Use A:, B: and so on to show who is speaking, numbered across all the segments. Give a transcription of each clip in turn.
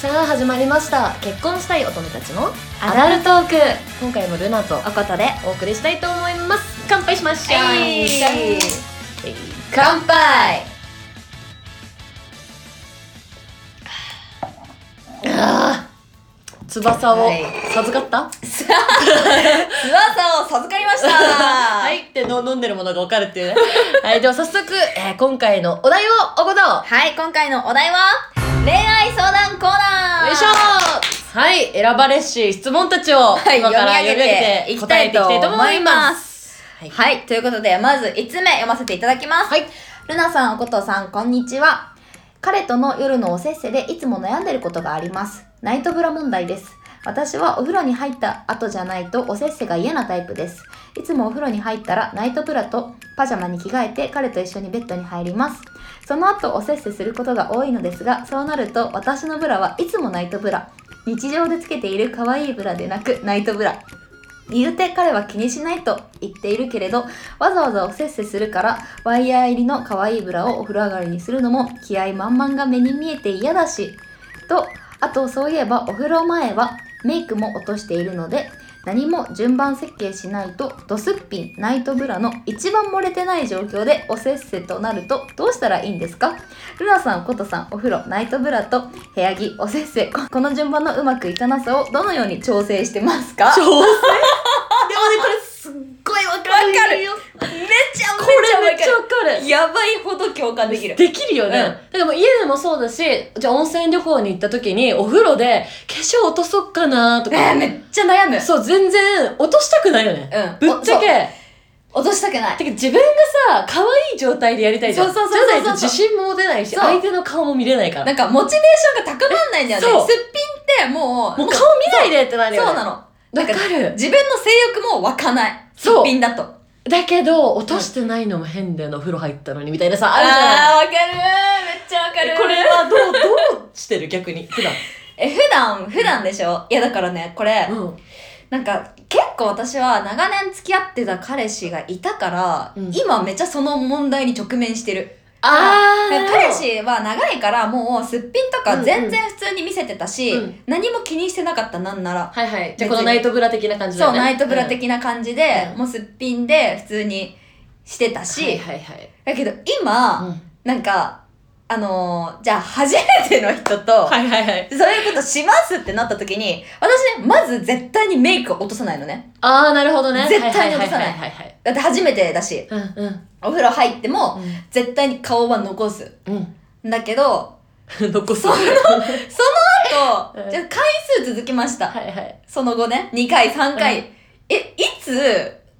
A: さあ始まりました結婚したい乙女たちの
B: アダルトーク
A: 今回もルナと
B: おことで
A: お送りしたいと思います乾杯しましょう、
B: はい
A: えい
B: 乾杯
A: 翼を
B: はい
A: 授かった
B: 噂を授かりました
A: は
B: はい
A: っての飲んでるものが分かる っていうねはいでは早速、えー今回のお題をおことよ
B: はい今回のお題は恋愛相談コーナー
A: いしょはい選ばれし質問たちを
B: はい
A: 今から読み上げ
B: 読み上
A: て
B: げ
A: 答えて
B: て
A: いきたいと思いますはい
B: はいということでまず5つ目読ませていただきます
A: はい
B: ルナさん、おことさん、こんにちは。彼との夜のおせっせでいつも悩んでることがあります。ナイトブラ問題です。私はお風呂に入った後じゃないとおせっせが嫌なタイプです。いつもお風呂に入ったらナイトブラとパジャマに着替えて彼と一緒にベッドに入ります。その後おせっせすることが多いのですが、そうなると私のブラはいつもナイトブラ。日常でつけている可愛いブラでなくナイトブラ。言うて彼は気にしないと言っているけれどわざわざおせっせするからワイヤー入りの可愛いブラをお風呂上がりにするのも気合満々が目に見えて嫌だしとあとそういえばお風呂前はメイクも落としているので何も順番設計しないとドスッピンナイトブラの一番漏れてない状況でおせっせとなるとどうしたらいいんですかルナさん、コトさん、お風呂、ナイトブラと部屋着、おせっせここの順番のうまくいかなさをどのように調整してますか
A: 挑戦でもねこれすっごい分かるよ
B: めちゃ
A: これめっちゃ分かる
B: やばいほど共感できる
A: できるよね、
B: うん
A: だからもう家でもそうだしじゃあ温泉旅行に行った時にお風呂で化粧落とそっかなと
B: え
A: か、
B: ー、めっちゃ悩む
A: そう全然落としたくないよね、
B: うん
A: ぶっちゃけ
B: おそう落としたくない
A: てか自分がさ可愛い状態でやりたいじゃん
B: そうそうそうそうそう
A: じゃないと自信も持てないし
B: そう
A: 相手の顔も見れないから
B: なんかモチベーションが高まんないんだよね
A: そう
B: すっぴんってもう
A: もう顔見ないでってなるよね
B: そうなのなん
A: わかる
B: 自分の性欲も湧かないすっ
A: そう
B: ぴんだと
A: だけど落としてないのも変だよなお風呂入ったのにみたいなさあるじゃない
B: あーわかるめっちゃわか
A: えこれはどうどうしてる逆に普段
B: え普段普段でしょいやだからねこれ、
A: うん
B: なんか結構私は長年付き合ってた彼氏がいたから、
A: うん
B: 今めっちゃその問題に直面してる
A: あー
B: 彼氏は長いからもうすっぴんとか全然普通に見せてたし、
A: うんうん
B: 何も気にしてなかったなんなら、
A: はいはいじゃあこのナイトブラ的な感じだ
B: そ
A: よ
B: う
A: ね
B: ナイトブラ
A: うん
B: 的な感じで、
A: うん
B: もうすっぴんで普通にしてたし、
A: はいはいはい
B: だけど今、なんかあのーじゃあ初めての人と、
A: はいはいはい。
B: そういうことしますってなった時に私ねまず絶対にメイクを落とさないのね
A: ああ、なるほどね。
B: 絶対に落とさない
A: はいはい
B: だって初めてだし
A: はいはいはい。
B: お風呂入っても
A: う
B: 絶対に顔は残す
A: ん。うん。
B: だけど
A: うん。 残す。
B: その
A: はい
B: あと、
A: うん
B: じゃあ回数続きました
A: はい。
B: その後ね、2回、3回。
A: うん
B: え、いつ、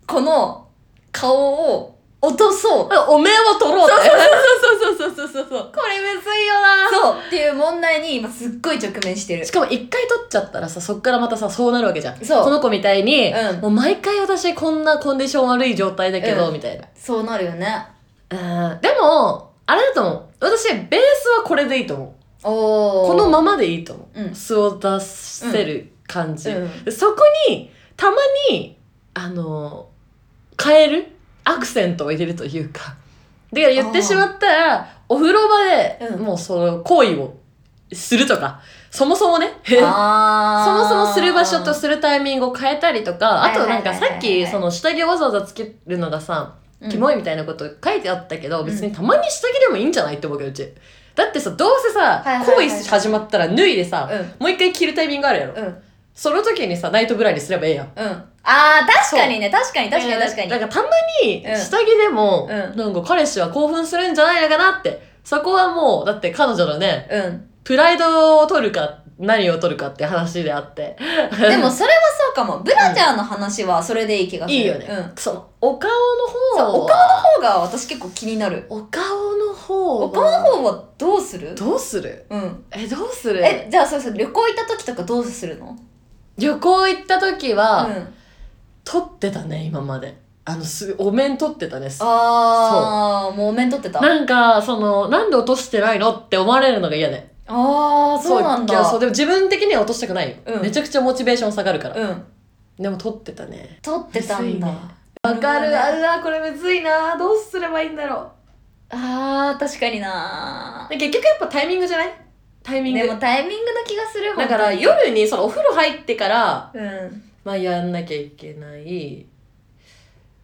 B: この顔を落とそう。
A: お面を取ろうって。そうそうそうそうそうそうそう。
B: これむずいよなそうっていう問題に今すっごい直面してる
A: し。かも一回取っちゃったらさ、そっからまたさ、そうなるわけじゃん。
B: そう
A: この子みたいに、
B: うん
A: もう毎回私こんなコンディション悪い状態だけど、
B: うん
A: みたいな。
B: そうなるよね。
A: うん。でも、あれだと思う。私、ベースはこれでいいと思う。
B: おー。
A: このままでいいと思う。
B: うん
A: 素を出せる感じ。
B: うん
A: そこに、たまに、あの、変えるアクセントを入れるというか。で、言ってしまったら、お風呂場で、
B: うん
A: もうその行為をするとか、そもそもね、そも
B: あ ー
A: そもする場所とするタイミングを変えたりとか、あとなんか
B: は
A: さ
B: いはいはいはい
A: っき、その下着をわざわざつけるのがさ、キモ
B: い。
A: いみたいなこと書いてあったけど、
B: ん
A: 別にたまに下着でもいいんじゃないって思うけどうちだってさどうせさ、
B: はいはいはいはい
A: 行為始まったら脱いでさ、
B: う
A: もう一回着るタイミングあるやろ、
B: うん。うん。
A: その時にさナイトブラにすればええやん
B: あー、確かにね。確かに確かに確か
A: えー
B: に。
A: だからたまに
B: うん
A: 下着でも、
B: うん
A: なんか彼氏は興奮するんじゃないのかなってそこはもうだって彼女のね
B: うん。
A: プライドを取るか何を取るかって話であって
B: でもそれはそうかも。ブラジャーの話はそれでいい気がする。
A: いいよね、
B: うん。
A: そのお顔の
B: そう、
A: 方
B: お顔の方が私結構気になる。
A: お顔の方は
B: お顔の方はどうする
A: どうする
B: うん。
A: えどうする
B: えじゃあそうそう旅行行った時とかどうするの
A: 旅行行った時は、
B: うん、
A: 撮ってたね今まであのすお面撮ってたねす
B: ああもうお面取ってたあ
A: なんかそのなんで落としてないのって思われるのが嫌で
B: あーそうなん
A: いや
B: だ
A: そう
B: う
A: でも自分的には落としたくないよ、
B: うん
A: めちゃくちゃモチベーション下がるから、
B: ん
A: でも撮ってたね
B: 取ってたんだ、
A: むずいねわかる
B: な
A: あ
B: るほ
A: う
B: どね
A: わこれむずいなどうすればいいんだろ
B: あー確かにな
A: う結局やっぱタイミングじゃないタイミン
B: で
A: グ
B: もタイミングな気がする
A: だから
B: よ
A: 夜にそのお風呂入ってから、
B: うん
A: まあ、やんなきゃいけない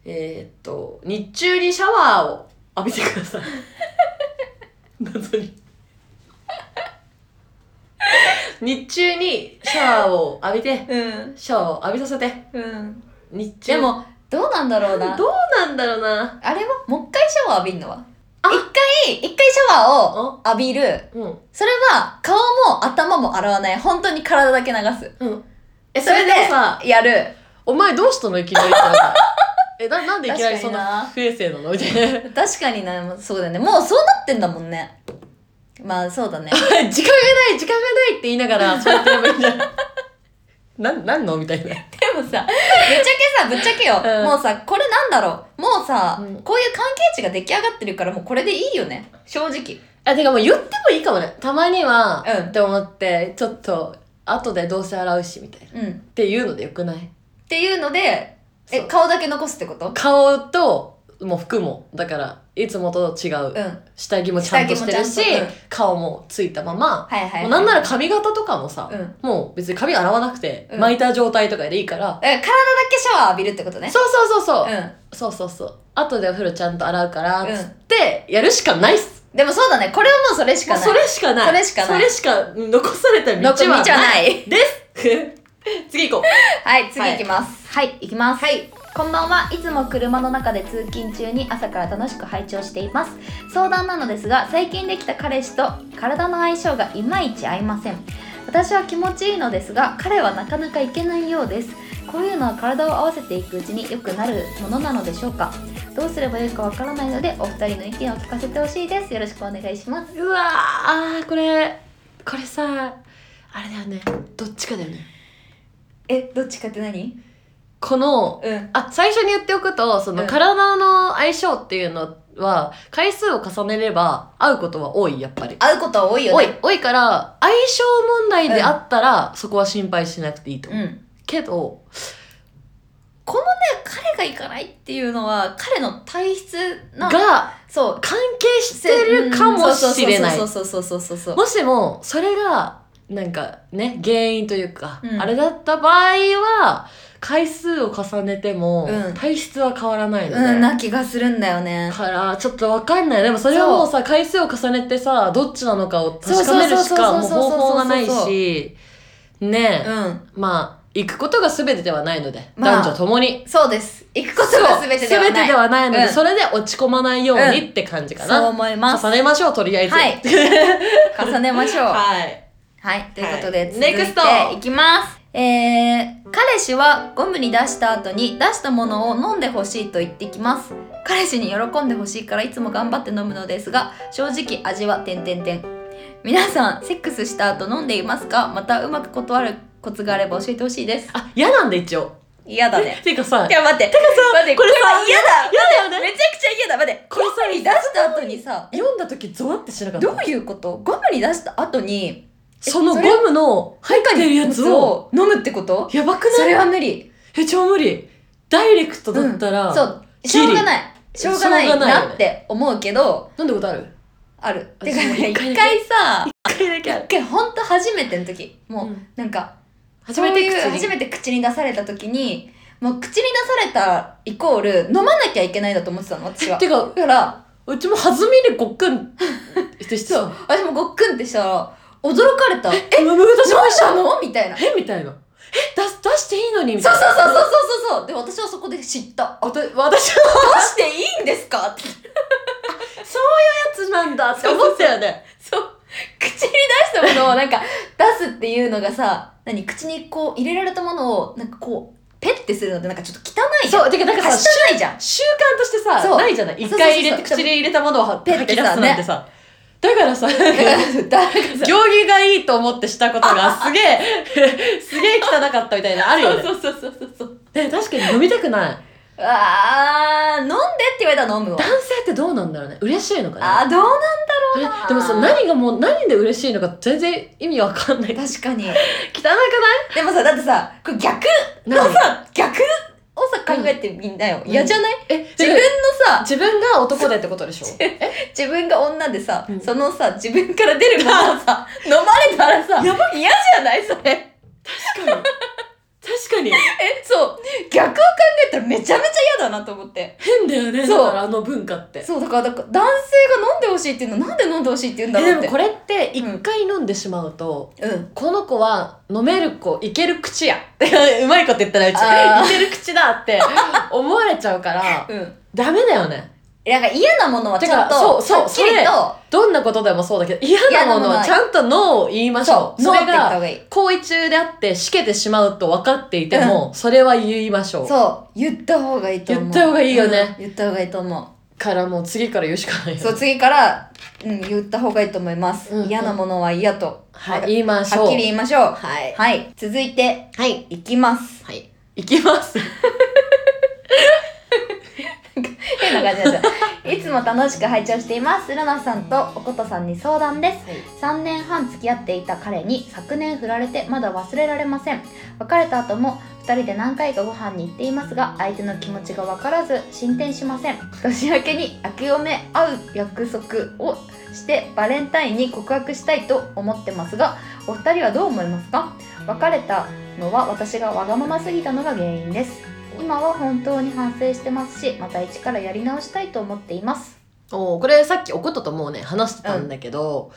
A: えーっと日中にシャワーを浴びてくだ さい謎に日中にシャワーを浴びて
B: うん
A: シャワーを浴びさせて
B: うん
A: 日中
B: でもどうなんだろう
A: どう
B: な
A: なんだろうな
B: あれはもう一回シャワー浴びるのは
A: あ
B: 一回一回シャワーを
A: あ
B: 浴びる
A: うん
B: それは顔も頭も洗わない本当に体だけ流す
A: うんえそ
B: そ
A: れ
B: れで
A: でもさ
B: やる
A: お前どうしたのいきなりってなったえななんでいきなりそん
B: 確かに
A: な
B: な
A: 不衛生なのみたいな
B: 確かになもうそうだよねもうそうなってんだもんねまあそうだ ね
A: 時間がない時間がないって言いなが らそうやってやればいいんじゃんなんなんのみたいな
B: でもさぶっちゃけさぶっちゃけよ、
A: うん
B: もうさこれなんだろうもうさ、
A: うん
B: こういう関係値が出来上がってるからもうこれでいいよね正直
A: あてかもう言ってもいいかもねたまには、
B: うん
A: って思ってちょっと後でどうせ洗うしみたいなっ
B: うんって
A: いうのでよくない
B: ていうのでえ
A: そう
B: 顔だけ残すってこと
A: 顔ともう服もだからいつもと違う、
B: うんはい
A: 下着もちゃんとしてるし
B: 下着もちゃんとうん
A: 顔もついたまま、
B: はい、はい、
A: もうなんなら髪型とかもさ、
B: うん
A: もう別に髪洗わなくて、
B: うん
A: 巻いた状態とかでいいから、
B: え体だけシャワー浴びるってことね
A: そうそうそうそう、
B: ん
A: そうそうそう後でお風呂ちゃんと洗うから
B: うん
A: つってやるしかないっす、
B: でもそうだねこれはもうそれしか
A: もう
B: ない
A: それしかない
B: それしかない
A: それしか残された道
B: の道
A: はな
B: は
A: い
B: ない
A: です 次行こ
B: はい次行きますはい、行きますはいこんばんはいつも車の中で通勤中に朝から楽しく拝聴しています相談なのですが最近できた彼氏と体の相性がいまいち合いません私は気持ちいいのですが彼はなかなかいけないようですこういうのは体を合わせていくうちに良くなるものなのでしょうかどうすればよいかわからないのでお二人の意見を聞かせてほしいですよろしくお願いします
A: ううわーこれこれさあれだよねどっちかだよね
B: えどっちかって何
A: この
B: うん
A: あ最初に言っておくとその
B: うん
A: 体の相性っていうのは回数を重ねれば合うことは多いやっぱり
B: 会うことは多いよ
A: 多い
B: ね
A: 多いから相性問題であったら、そこは心配しなくていいと思う、
B: うん
A: けど
B: このね彼が行かないっていうのは彼の体質な
A: が
B: そう
A: 関係してるかもしれない
B: そうそうそうそうそうそうそう
A: もしもそれがなんかね原因というか、
B: うん
A: あれだった場合は回数を重ねても
B: うん
A: 体質は変わらないので、
B: うんな気がするんだよね
A: からちょっとわかんないでもそれはもうさ回数を重ねてさどっちなのかを確かめるしかもう
B: そうそうそうそうそうそう
A: 方法がないしね
B: う
A: え、
B: ん
A: まあ行くことが全てではないので、
B: まあ
A: 男女ともに。
B: そうです行くことが全てでは
A: 全
B: な
A: て
B: い
A: ではないので、
B: うん
A: それで落ち込まないようにって感じか
B: そう
A: な、
B: 思います
A: 重ねましょうとりあえず
B: はい 重ねましょう
A: はい
B: はいということで、
A: はい
B: 続いて
A: ネクスト
B: いきますえー、彼氏はゴムに出した後に出したものを飲んでほしいと言ってきます彼氏に喜んでほしいからいつも頑張って飲むのですが正直味は点々点皆さんセックスした後飲んでいますかまたうまく断るコツがあれば教えてほしいです
A: あ嫌なんだ一応
B: 嫌だね
A: ていうかさ
B: い や待っててかさ待って
A: これさ
B: は嫌だ
A: 嫌だよね
B: めちゃくちゃ嫌だ待って
A: これさ
B: ゴムに出した後にさ
A: 読んだ時ゾワってしなかった
B: どういうことゴムに出した後に
A: そのゴムの入ってるやつを
B: 飲むってこと
A: やばく
B: そ
A: ない
B: れは無理
A: え超無理ダイレクトだったら、
B: うんそう
A: ギリ
B: しょうがないしょうがない
A: しょうがないよね
B: なって思うけど
A: 飲んだことある
B: あるて
A: 私
B: か
A: も
B: ね
A: 一回だけ
B: 一回さ
A: 一回だけあ
B: 一回ほんと初めての時もう、
A: うん
B: なんか
A: 初めて口
B: そういう
A: に
B: 初めて口に出された時にもう口に出されたイコール飲まなきゃいけないだと思ってたの私は
A: てか
B: だから
A: うちも弾みでごっくんしてして
B: そう
A: さ
B: 私もごっくんってしたら驚かれたえ
A: え私も
B: したのみたいなそう
A: えみたいなえ出す出していいのにみた
B: そ
A: いうな
B: そうそうそうそうそうで私はそこで知った
A: わた私
B: ど
A: の
B: うしていいんですかって
A: やつなんだって思ったよね
B: そう口に出したものをなんか出すっていうのがさ何口にこう入れられたものをなんかこうペッてするのってなんかちょっと汚いじゃん
A: そうてかなんかさ
B: はしたないじゃん
A: 習慣としてさ
B: そう
A: ないじゃない一
B: そうそうそう
A: 回入れて口に入れたものをは
B: ペッ
A: 吐
B: て
A: き出
B: さ
A: すなんてさだから さ
B: だから誰か さ
A: 行儀がいいと思ってしたことがすげえ すげえ汚かったみたいなのあるよね
B: そうそうそうそうそう
A: で確かに飲みたくない
B: あー飲んでって言われたら飲むわ
A: 男性ってどうなんだろうね嬉しいのかな
B: あーどうなん
A: え
B: だろうな
A: でもさ何がもう何で嬉しいのか全然意味わかんない 汚くない
B: 確かにでもさだってさこれ逆
A: 何
B: のさ逆をさ考えてみんなよ、
A: うん
B: 嫌じゃない
A: え
B: 自分のさ
A: 自分が男でってことでしょ
B: 自分が女でさ、
A: うん
B: そのさ自分から出るものを さ飲まれたらさ
A: や
B: 嫌じゃないそれ
A: 確かに確かに
B: えそう逆を考えたらめちゃめちゃ嫌だなと思って
A: 変だよね
B: そう
A: だからあの文化って
B: そうだからだから男性が飲んでほしいっていうのはなんで飲んでほしいって言うんだ
A: えで
B: ろうっ
A: も
B: て
A: これって一回飲んでしまうと、
B: うん
A: この子は飲める子いける口 やうまいこと言ったらう
B: あー
A: ちいける口だって 思われちゃうから
B: うん
A: ダメだよね
B: なんか嫌なものはちゃんと
A: てかそうそう
B: はっきり
A: それ
B: と
A: どんなことでもそうだけど嫌なものはちゃんとノーを言いましょ
B: そ
A: そう
B: ううそ
A: れ
B: って言った方
A: が
B: がいい
A: 行為中であってしけてしまうと分かっていても、それは言いましょう
B: そう言った方がいいと思う
A: 言った方がいいよね
B: うん言った方がいいと思
A: からもう次から言うしかな
B: う
A: い
B: そう次から、うん、言った方がいいと思います、
A: うんうん
B: 嫌なものは嫌と
A: はい
B: は
A: 言いましょう
B: っきり言いましょうはい、
A: はい
B: 続いて
A: はい
B: いきます
A: はいいきます
B: 変な感じになっちゃういつも楽しく拝聴していますルナさんとおことさんに相談です3年半付き合っていた彼に昨年振られてまだ忘れられません別れた後も2人で何回かご飯に行っていますが相手の気持ちが分からず進展しません年明けに明けおめ会う約束をしてバレンタインに告白したいと思ってますがお二人はどう思いますか別れたのは私がわがまますぎたのが原因です今は本当に反省してますしまた一からやり直したいと思っています
A: おーこれさっきおことともうね話してたんだけど、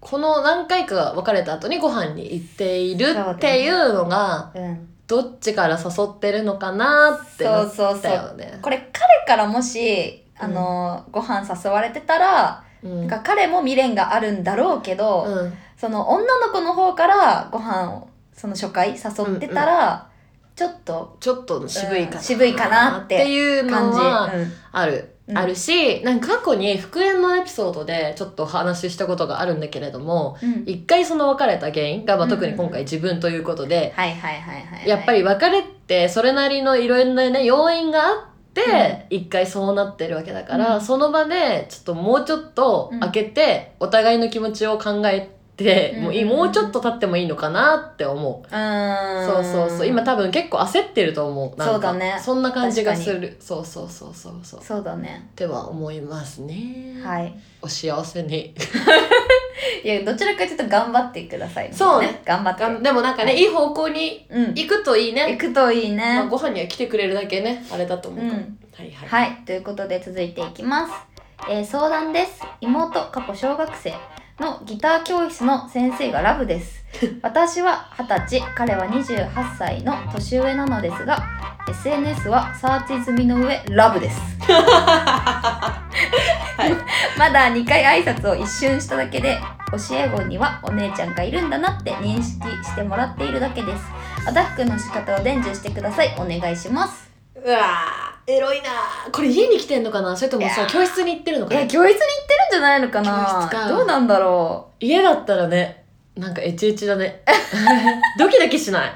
A: この何回か別れた後にご飯に行っているっていうのが
B: うん
A: どっちから誘ってるのかなって
B: そ
A: な
B: う
A: っ
B: そうそ
A: た
B: う
A: よね。
B: これ彼からもしあの、ご飯誘われてたら、
A: うん
B: なんか彼も未練があるんだろうけど、
A: うん
B: その女の子の方からご飯をその初回誘ってたら、ちょっと
A: ちょっと渋いかな,、
B: うん渋いかなって
A: いう
B: 感
A: の
B: じ、
A: は
B: うん
A: ある、
B: うん
A: あるしなんか過去に復縁のエピソードでちょっとお話ししたことがあるんだけれども
B: うん
A: 一回その別れた原因が、まあ、
B: うんうん
A: 特に今回自分ということで、
B: はいはいはいはいはい
A: やっぱり別れってそれなりのいろんなね要因があって一回そうなってるわけだから、
B: うん
A: その場でちょっともうちょっと開けてお互いの気持ちを考えて、
B: うん
A: もういいもうちょっと経ってもいいのかなって思う。
B: うーん
A: そうそうそう今多分結構焦ってると思うなんか
B: そうだね
A: そんな感じがするそうそうそうそうそう
B: そうだね
A: では思いますね
B: はい
A: お幸せに
B: いやどちらかというと頑張ってください
A: そうね
B: 頑張って
A: がんでもなんかね、
B: はい
A: いい方向に
B: うん
A: 行くといいね
B: 行くといいね、
A: まあ、ご飯には来てくれるだけねあれだと思うから、
B: うん
A: はいはい、
B: はい、ということで続いていきます。えー相談です。妹、過去小学生のギター教室の先生がラ ブです。私は20歳、彼は28歳の年上なのですが、SNS はサーチ済みの上、ラ ブです。
A: い
B: まだ2回挨拶を一瞬しただけで、教え子にはお姉ちゃんがいるんだなって認識してもらっているだけです。アタックの仕方を伝授してください。お願いします。
A: うわーエロいなーこれ家に来てんのかなそれとも
B: い
A: さ
B: やー
A: 教室に行ってるのか
B: え
A: な
B: 教室に行ってるんじゃないのか
A: 教
B: な
A: 室か
B: どうなんだろ
A: 家だったらねなんかエチエチだね ドキドキしない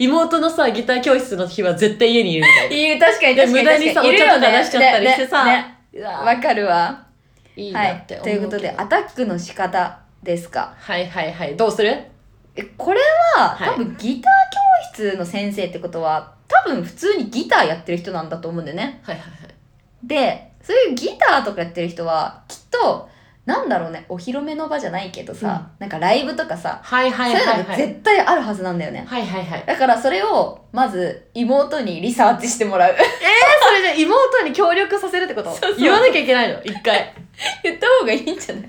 A: 妹のさギター教室の日は絶対家にいるみた
B: う
A: い
B: いい確かに
A: で
B: 確か
A: 無
B: に
A: 駄にさ
B: 確
A: お茶とか
B: かいるよ
A: 出しちゃったりしてさ
B: ねね
A: な
B: ね
A: う
B: わ、
A: わー
B: かるわ
A: いい
B: は
A: なっ
B: い
A: て思うけ
B: とい
A: ど
B: うことでアタックの仕方ですか
A: はいはいはいどうする
B: えこれは、
A: はい
B: 多分ギター教室の先生ってことは多分普通にギターやってる人なんだと思うんだよね
A: はいはいはい
B: でそういうギターとかやってる人はきっとなんだろうねお披露目の場じゃないけどさ、なんかライブとかさ、
A: はいはいはいは
B: そういうのが
A: い
B: 絶対あるはずなんだよね、
A: はいはいはい
B: だからそれをまず妹にリサーチしてもらう
A: それじゃあ妹に協力させるってこと
B: そうそう
A: 言わなきゃいけないの一 回
B: 言った方がいいんじゃない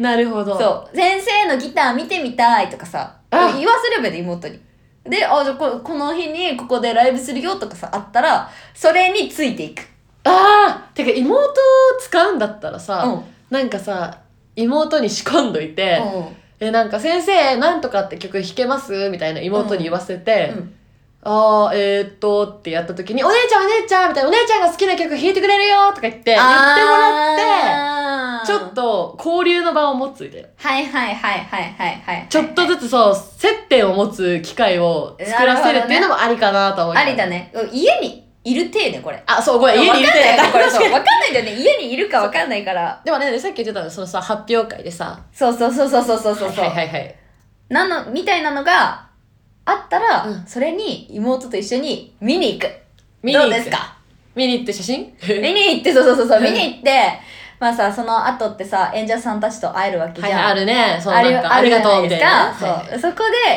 A: なるほど
B: そう先生のギター見てみたいとかさ言
A: あ
B: わせればいいの妹にであじゃあここの日にここでライブするよとかさあったらそれについていく
A: ああてか妹を使うんだったらさ、
B: うん、うん、
A: なんかさ妹に仕込んどいて「えなんか先生なんとかって曲弾けます?」みたいな妹に言わせて「
B: うん
A: ああえー、っと」ってやった時に「お姉ちゃんお姉ちゃん」みたいな「お姉ちゃんが好きな曲弾いてくれるよ」とか言って言ってもらって
B: ら
A: ちょっと交流の場を持つみたいな
B: はいはいはいはいはいはい
A: ちょっとずつそう接点を持つ機会を作らせるっていうのもありかなと思うけ
B: あ
A: ど
B: りだねうん家にいる体ねこれ
A: あそうごめん家にいる
B: わかんないよねこれ
A: 確
B: そう
A: かに
B: わかんないんだよね家にいるかわかんないから
A: でもねさっき言ってたのそのさ発表会でさ
B: そうそうそうそうそうそうそう、
A: はいはいはい
B: なのみたいなのがあったら、
A: うん
B: それに妹と一緒に見に行く
A: 見に行っ
B: どう
A: て
B: ですか
A: 見に行って写真
B: 見に行って、そうそうそうそう、
A: うん
B: 見に行って、まあさ、その後ってさ、演者さんたちと会えるわけじ
A: は
B: ゃん。
A: い、あるね。そう
B: あ
A: なん
B: る
A: か
B: あ
A: あ
B: る
A: り
B: じゃ
A: がと
B: な
A: う
B: い
A: み
B: で
A: た
B: す
A: い
B: か
A: なね。
B: そう、
A: はいはい
B: そこ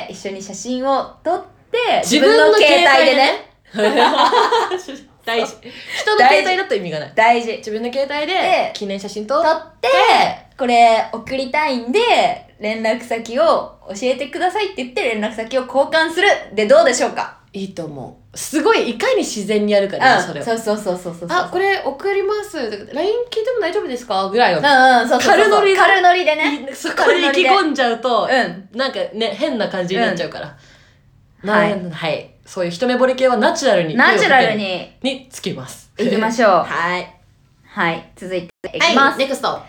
B: で一緒に写真を撮って
A: 自分の携帯で
B: ね
A: ね。大事。人の携帯だと意味がない。
B: 大事
A: 自分の携帯
B: で
A: で記念写真
B: 撮
A: と、
B: ってこれ送りたいんで連絡先を教えてくださいって言って連絡先を交換するでどうでしょうか
A: いいと思う。すごい、いかに自然にやるかね、それを。
B: うん、そうそうそうそうそうそう
A: あ、これ送ります。LINE 聞いても大丈夫ですかぐらいの。
B: うんうんそうそうそう
A: 軽乗りで
B: 軽乗りでね
A: い そこで意気込んじゃうと、
B: うん
A: なんかね、変な感じになっちゃうから。
B: うん
A: なるほどはい。そういう一目惚れ系はナチュラルに。
B: ナチュラル。に
A: につきます。
B: いきましょう
A: はい。
B: はい続いてい
A: は
B: き
A: い
B: ます、
A: ネクスト。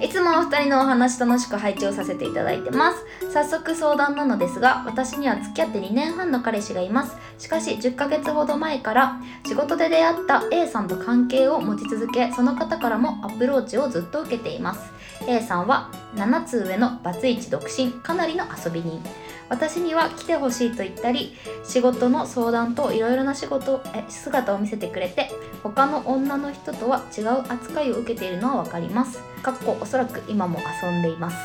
B: いつもお二人のお話楽しく拝聴させていただいてます。早速相談なのですが、私には付き合って2年半の彼氏がいます。しかし10ヶ月ほど前から仕事で出会った A さんと関係を持ち続け、その方からもアプローチをずっと受けています。A さんは7つ上のバツイチ独身、かなりの遊び人。私には来てほしいと言ったり仕事の相談といろいろな仕事え姿を見せてくれて他の女の人とは違う扱いを受けているのは分かりますかっこおそらく今も遊んでいます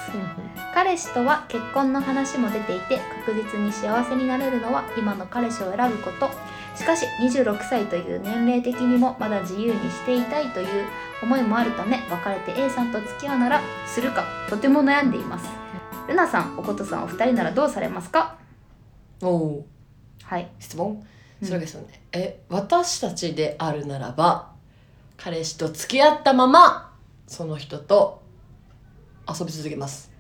B: 彼氏とは結婚の話も出ていて確実に幸せになれるのは今の彼氏を選ぶことしかし26歳という年齢的にもまだ自由にしていたいという思いもあるため別れて A さんと付き合うならするかとても悩んでいますルナさんおことさんお二人ならどうされますか
A: おおー。
B: はい
A: 質問
B: うん
A: それですよね、え私たちであるならば彼氏と付き合ったままその人と遊び続けます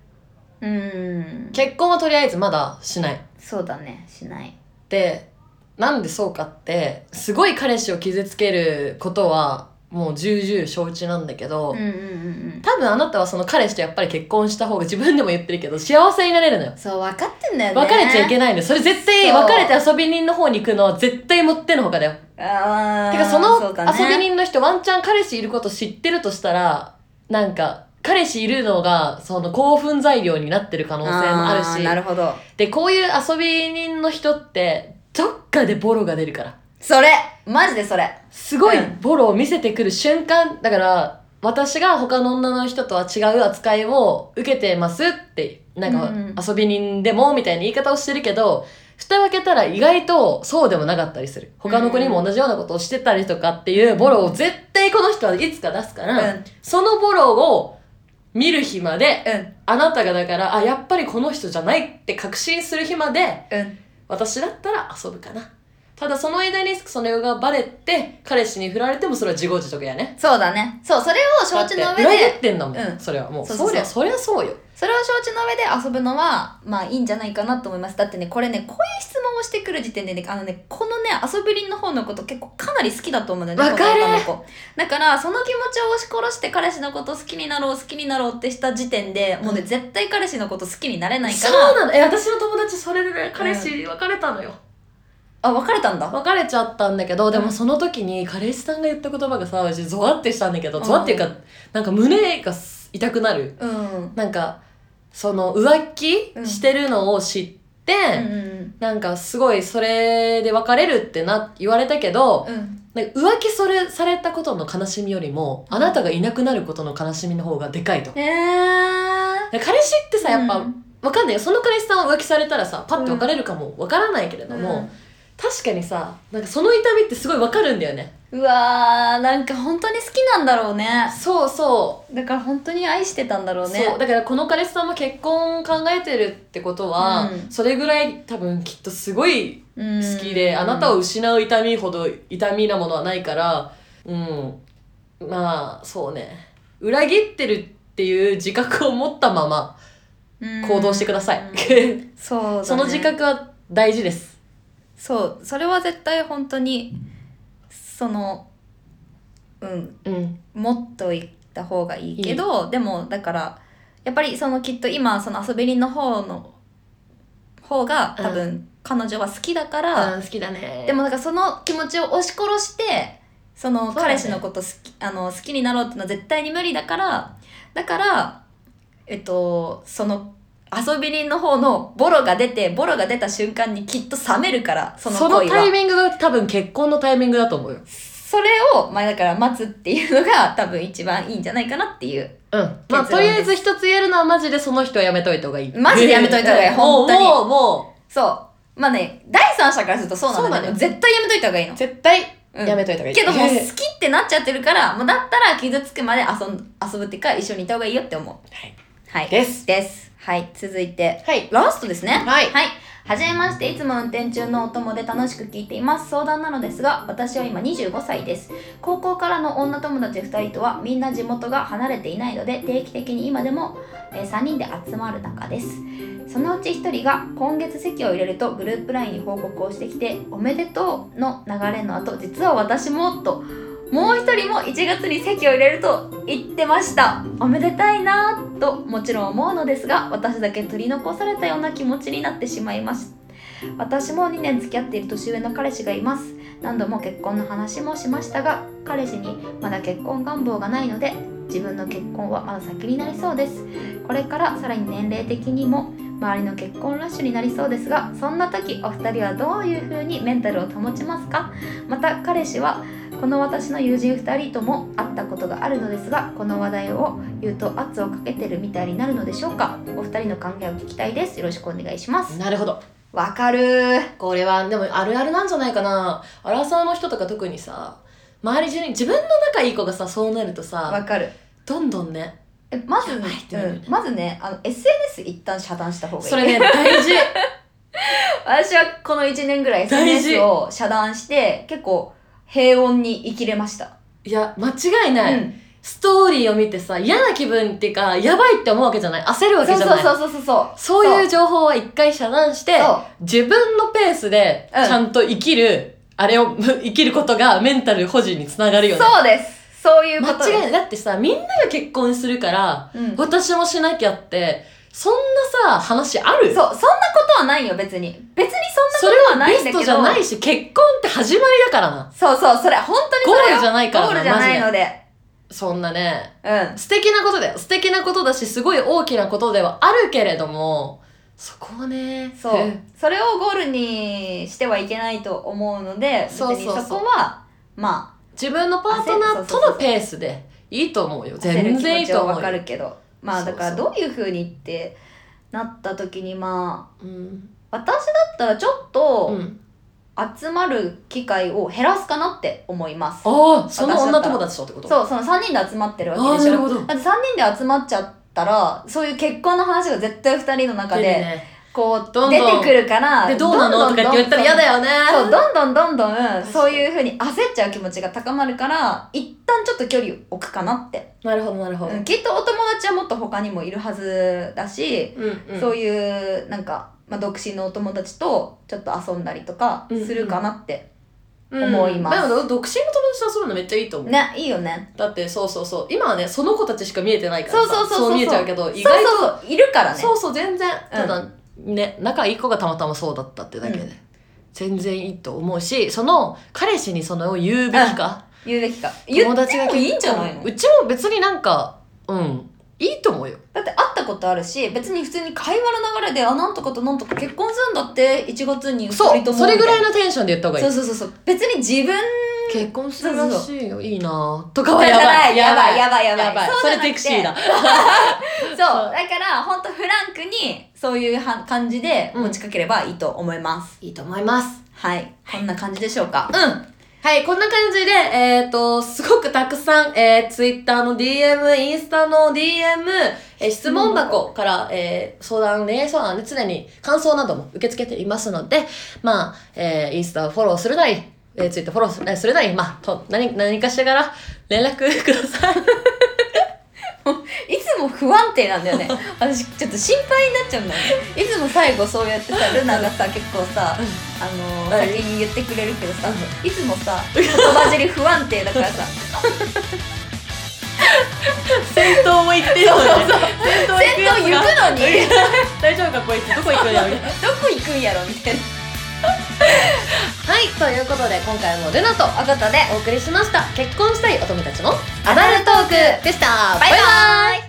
B: うーん
A: 結婚はとりあえずまだしない
B: そうだねしない
A: でなんでそうかってすごい彼氏を傷つけることはもう重々承知なんだけど、
B: うんうんうん
A: 多分あなたはその彼氏とやっぱり結婚した方が自分でも言ってるけど幸せになれるのよ
B: うんそう分かってんだよね
A: 別れちゃいけないのよそれ絶対
B: そう
A: 別れて遊び人の方に行くのは絶対もってのほかだよ
B: あー
A: てかその
B: うだね
A: 遊び人の人ワンチャン彼氏いること知ってるとしたらなんか彼氏いるのがその興奮材料になってる可能性もある
B: ーなる
A: し
B: ほど
A: でこういう遊び人の人ってどっかでボロが出るから
B: それマジでそれ
A: すごい
B: うん
A: ボロを見せてくる瞬間だから私が他の女の人とは違う扱いを受けてますってなんか遊び人でもみたいな言い方をしてるけど蓋を開けたら意外とそうでもなかったりする他の子にも同じようなことをしてたりとかっていうボロを絶対この人はいつか出すか
B: う
A: ら、そのボロを見る日まで
B: うん
A: あなたがだからあやっぱりこの人じゃないって確信する日まで
B: うん
A: 私だったら遊ぶかなただその間にそれがバレて彼氏に振られてもそれは自業自得やね
B: そうだねそうそれを承知の
A: だっ
B: 上
A: て裏切
B: で
A: ってんだもん、
B: うん
A: それはもう
B: そ
A: そう
B: そうそう
A: りゃそりゃそうよ
B: それを承知の上で遊ぶのはまあいいんじゃないかなと思いますだってねこれねこういう質問をしてくる時点でねあのねこのね遊び人の方のこと結構かなり好きだと思うんだよね
A: わかる
B: この女の子だからその気持ちを押し殺して彼氏のこと好きになろう好きになろうってした時点でもうね、
A: うん
B: 絶対彼氏のこと好きになれないか
A: そう
B: ら
A: なのえ私の友達それでね彼氏別れたのよ、
B: あ別れたんだ
A: 別れちゃったんだけどで
B: う
A: も
B: ん
A: その時に彼氏さんが言った言葉がさ私ゾワってしたんだけど
B: うん
A: ゾワっていうか、なんか胸が痛くなる
B: うんうん
A: なんかその浮気してるのを知って、
B: うん
A: なんかすごいそれで別れるってな言われたけど、
B: うん
A: なんか浮気それされたことの悲しみよりも、あなたがいなくなることの悲しみの方がでかいと。
B: えー
A: 彼氏ってさ、やっぱ、
B: うん
A: わかんないよ。その彼氏さんは浮気されたらさ、パッて別れるかもわからないけれども、確かにさ、なんかその痛みってすごいわかるんだよね。
B: うんうわーなんか本当に好きなんだろうね
A: そうそ
B: だから本当に愛してたんだろ
A: う。
B: うね
A: そう。だからこの彼氏さんも結婚考えてるってことは、
B: うん
A: それぐらい多分きっとすごい好
B: 好
A: きで、あなたを失う痛みほど痛みなものはないからうんまあそうね裏切ってるっていう自覚を持ったまま行動してください、
B: そうだね、
A: その自覚は大事です
B: そうそれは絶対本当にそのうん
A: うん
B: 持っといた方がいいけどでもだからやっぱりそのきっと今その遊び人の方の方が多分、彼女は好きだから、
A: 好きだね
B: でもなんかその気持ちを押し殺してその
A: うだね
B: 彼氏のこと好き,、あの好きになろうってのは絶対に無理だからだからえっとその遊び人の方のボロが出てボロが出た瞬間にきっと冷めるからそ
A: そ
B: の
A: の
B: 恋
A: タイ
B: は
A: ミングが多分結婚のタイミングだと思うよ
B: それを、まあ、だから待つっていうのが 多分一番いいんじゃないかなっていう
A: うんまあ
B: 結論です
A: とりあえず一つ言えるのはマジでその人はやめといた方がいい
B: マジでやめといた方がいい
A: うん
B: 本当 に
A: もうも
B: そうまあね第三者からするとそうなんだけ
A: そう
B: ど
A: なのよ
B: 絶対やめといた方がいいの
A: う、絶対
B: うん
A: やめといた方がいい
B: けどもう好
A: ええ
B: きってなっちゃってるからもうだったら傷つくまで遊ん遊ぶっていうか一緒にいた方がいいよって思う
A: はい
B: はい
A: です
B: ですはい続いて
A: はい
B: ラストですね
A: はい
B: はいはじめましていつも運転中のお供で楽しく聞いています相談なのですが私は今25歳です高校からの女友達2人とはみんな地元が離れていないので定期的に今でも、え3人で集まる中ですそのうち1人が今月席を入れるとグループ LINE に報告をしてきて「おめでとう」の流れの後実は私もともう1人も1月に席を入れると言ってましたおめでたいなぁともちろん思うのですが私だけ取り残されたような気持ちになってしまいます私も2年付き合っている年上の彼氏がいます何度も結婚の話もしましたが彼氏にまだ結婚願望がないので自分の結婚はまだ先になりそうですこれからさらに年齢的にも周りの結婚ラッシュになりそうですがそんな時お二人はどういう風にメンタルを保ちますかまた彼氏はこの私の友人2人とも会ったことがあるのですがこの話題を言うと圧をかけてるみたいになるのでしょうかお二人の考えを聞きたいですよろしくお願いします
A: なるほど
B: わかるー
A: これはでもあるあるなんじゃないかなアラサーの人とか特にさ周り中に自分の仲いい子がさそうなると
B: わ
A: さ
B: かる
A: どんどんね
B: えまず、
A: やばいってなるよね
B: うんまずねあの SNS 一旦遮断した方がいい
A: それね大事
B: 私はこの1年ぐらい
A: 大事
B: SNS を遮断して結構平穏に生きれました、
A: いや間違いない、
B: うん、
A: ストーリーを見てさ嫌な気分っていうかやばいって思うわけじゃない焦るわ
B: そ
A: け
B: う
A: じゃな
B: そう
A: い
B: そうそうそうそう
A: そういう情報は一回遮断して
B: そう
A: 自分のペースでち
B: うん
A: ゃんと生きる、あれを 生きることがメンタル保持につながるよね
B: そうですそういうことです
A: 間違いないだってさみんなが結婚するから
B: うん、そう
A: 私もしなきゃってそんなさ話ある
B: そんなことはないよ別に別にそんなことはない
A: ベ
B: んだ
A: ス
B: けど
A: トじゃないし結婚って始まりだからな
B: そうそうそれ本当にそ
A: ゴ
B: れ
A: ー
B: よ
A: ルじゃないからな
B: ゴールじゃないので
A: そんなね
B: うん
A: 素敵なことだよ素敵なことだしすごい大きなことではあるけれどもそこはね
B: そうんそれをゴールにしてはいけないと思うので別
A: そうそう
B: に
A: そう
B: そこはま
A: 自分のパートナーとのペースでいいと思うよ
B: あ焦る
A: 全
B: 気
A: 然い
B: 持
A: い
B: ち
A: と
B: は
A: 思う
B: わ
A: よ
B: かるけどまあ
A: そうそ
B: だ
A: う
B: からどういうふうにってなった時にまあ
A: うん
B: 私だったらちょっ
A: う
B: と
A: ん、
B: 集まる機会を減らすかなって思います、
A: ああその女友達とってことう
B: そうその3人で集まってる
A: あ
B: わ
A: あ
B: け
A: なる
B: でしょ
A: ほど
B: だって3人で集まっちゃったらそういう結婚の話が絶対2人の中
A: 出る
B: で
A: ね
B: こう
A: どんどん
B: 出てくるから
A: でどうなの
B: どん
A: とか
B: どん
A: って言ったら嫌だよね
B: そうどんどんどんどん
A: に
B: そういうふうに焦っちゃう気持ちが高まるから一旦ちょっと距離を置くかなって、
A: なるほどなるほど、
B: うんきっとお友達はもっと他にもいるはずだし、
A: うんうん
B: そういうなんか、まあ、独身のお友達とちょっと遊んだりとかするかなって、思います
A: うんでも独身の友達と遊ぶのめっちゃいいと思う、
B: ねいいよね
A: だってそうそうそう今はねその子たちしか見えてないからさ
B: そうそうそうそう
A: 見えちゃうけど意
B: そう
A: 外と
B: そうそういるからね
A: そうそう全然ただ、ね仲いい子がたまたまそうだったってだけで、
B: うん
A: 全然いいと思うしその彼氏にその言うべきか、
B: 言うべきか言ってもいいんじゃないの
A: うちも別になんかうんいいと思うよ
B: だって会ったことあるし別に普通に会話の流れで「あなんとかとなんとか結婚するんだって1月に2
A: そ
B: 人と
A: う
B: も」
A: それぐらい
B: み
A: のテンションで言った方
B: た
A: が
B: い
A: いい
B: なそうそうそうそう別に自分
A: 結婚するらしいよいいなぁとかは
B: じ
A: や
B: ゃな
A: ば
B: い
A: い
B: やばいやばいや
A: や
B: ばい
A: ばい
B: そ
A: そう
B: じゃ
A: れ
B: なくて
A: セクシーだ
B: そう
A: そう
B: だから本当フランクにそういうは感じで
A: うん
B: 持ちかければいいと思います、
A: いいと思います
B: はいこんな感じでしょうか
A: うんはい、こんな感じで、えっ、と、すごくたくさん、えー、Twitter の DM、インスタの DM、えー質問箱から、えー相談、恋愛相談で常に感想なども受け付けていますので、まあ、えーインスタをフォローするなり、えー、Twitter フォローするなり、するなり、まあ、と何、何かしらから連絡ください。
B: いつも不安定なん だよね私ちょっと心配になっちゃうんだよねいつも最後そうやってさルナがさ結構さあのー
A: はい
B: 先に言ってくれるけどさ
A: う
B: いつもさ言葉尻不安定だか らさ
A: 戦闘も行ってるのに。戦闘
B: 戦闘行く
A: やつが
B: のに
A: 大丈夫かこいつ、どこ行くんだろう。
B: どこ行くんやろみたいな
A: はい、ということで、今回もルナと
B: あことで
A: お送りしました。結婚したいお友達のアダルトークでした。
B: バイバ
A: バイバイ
B: イ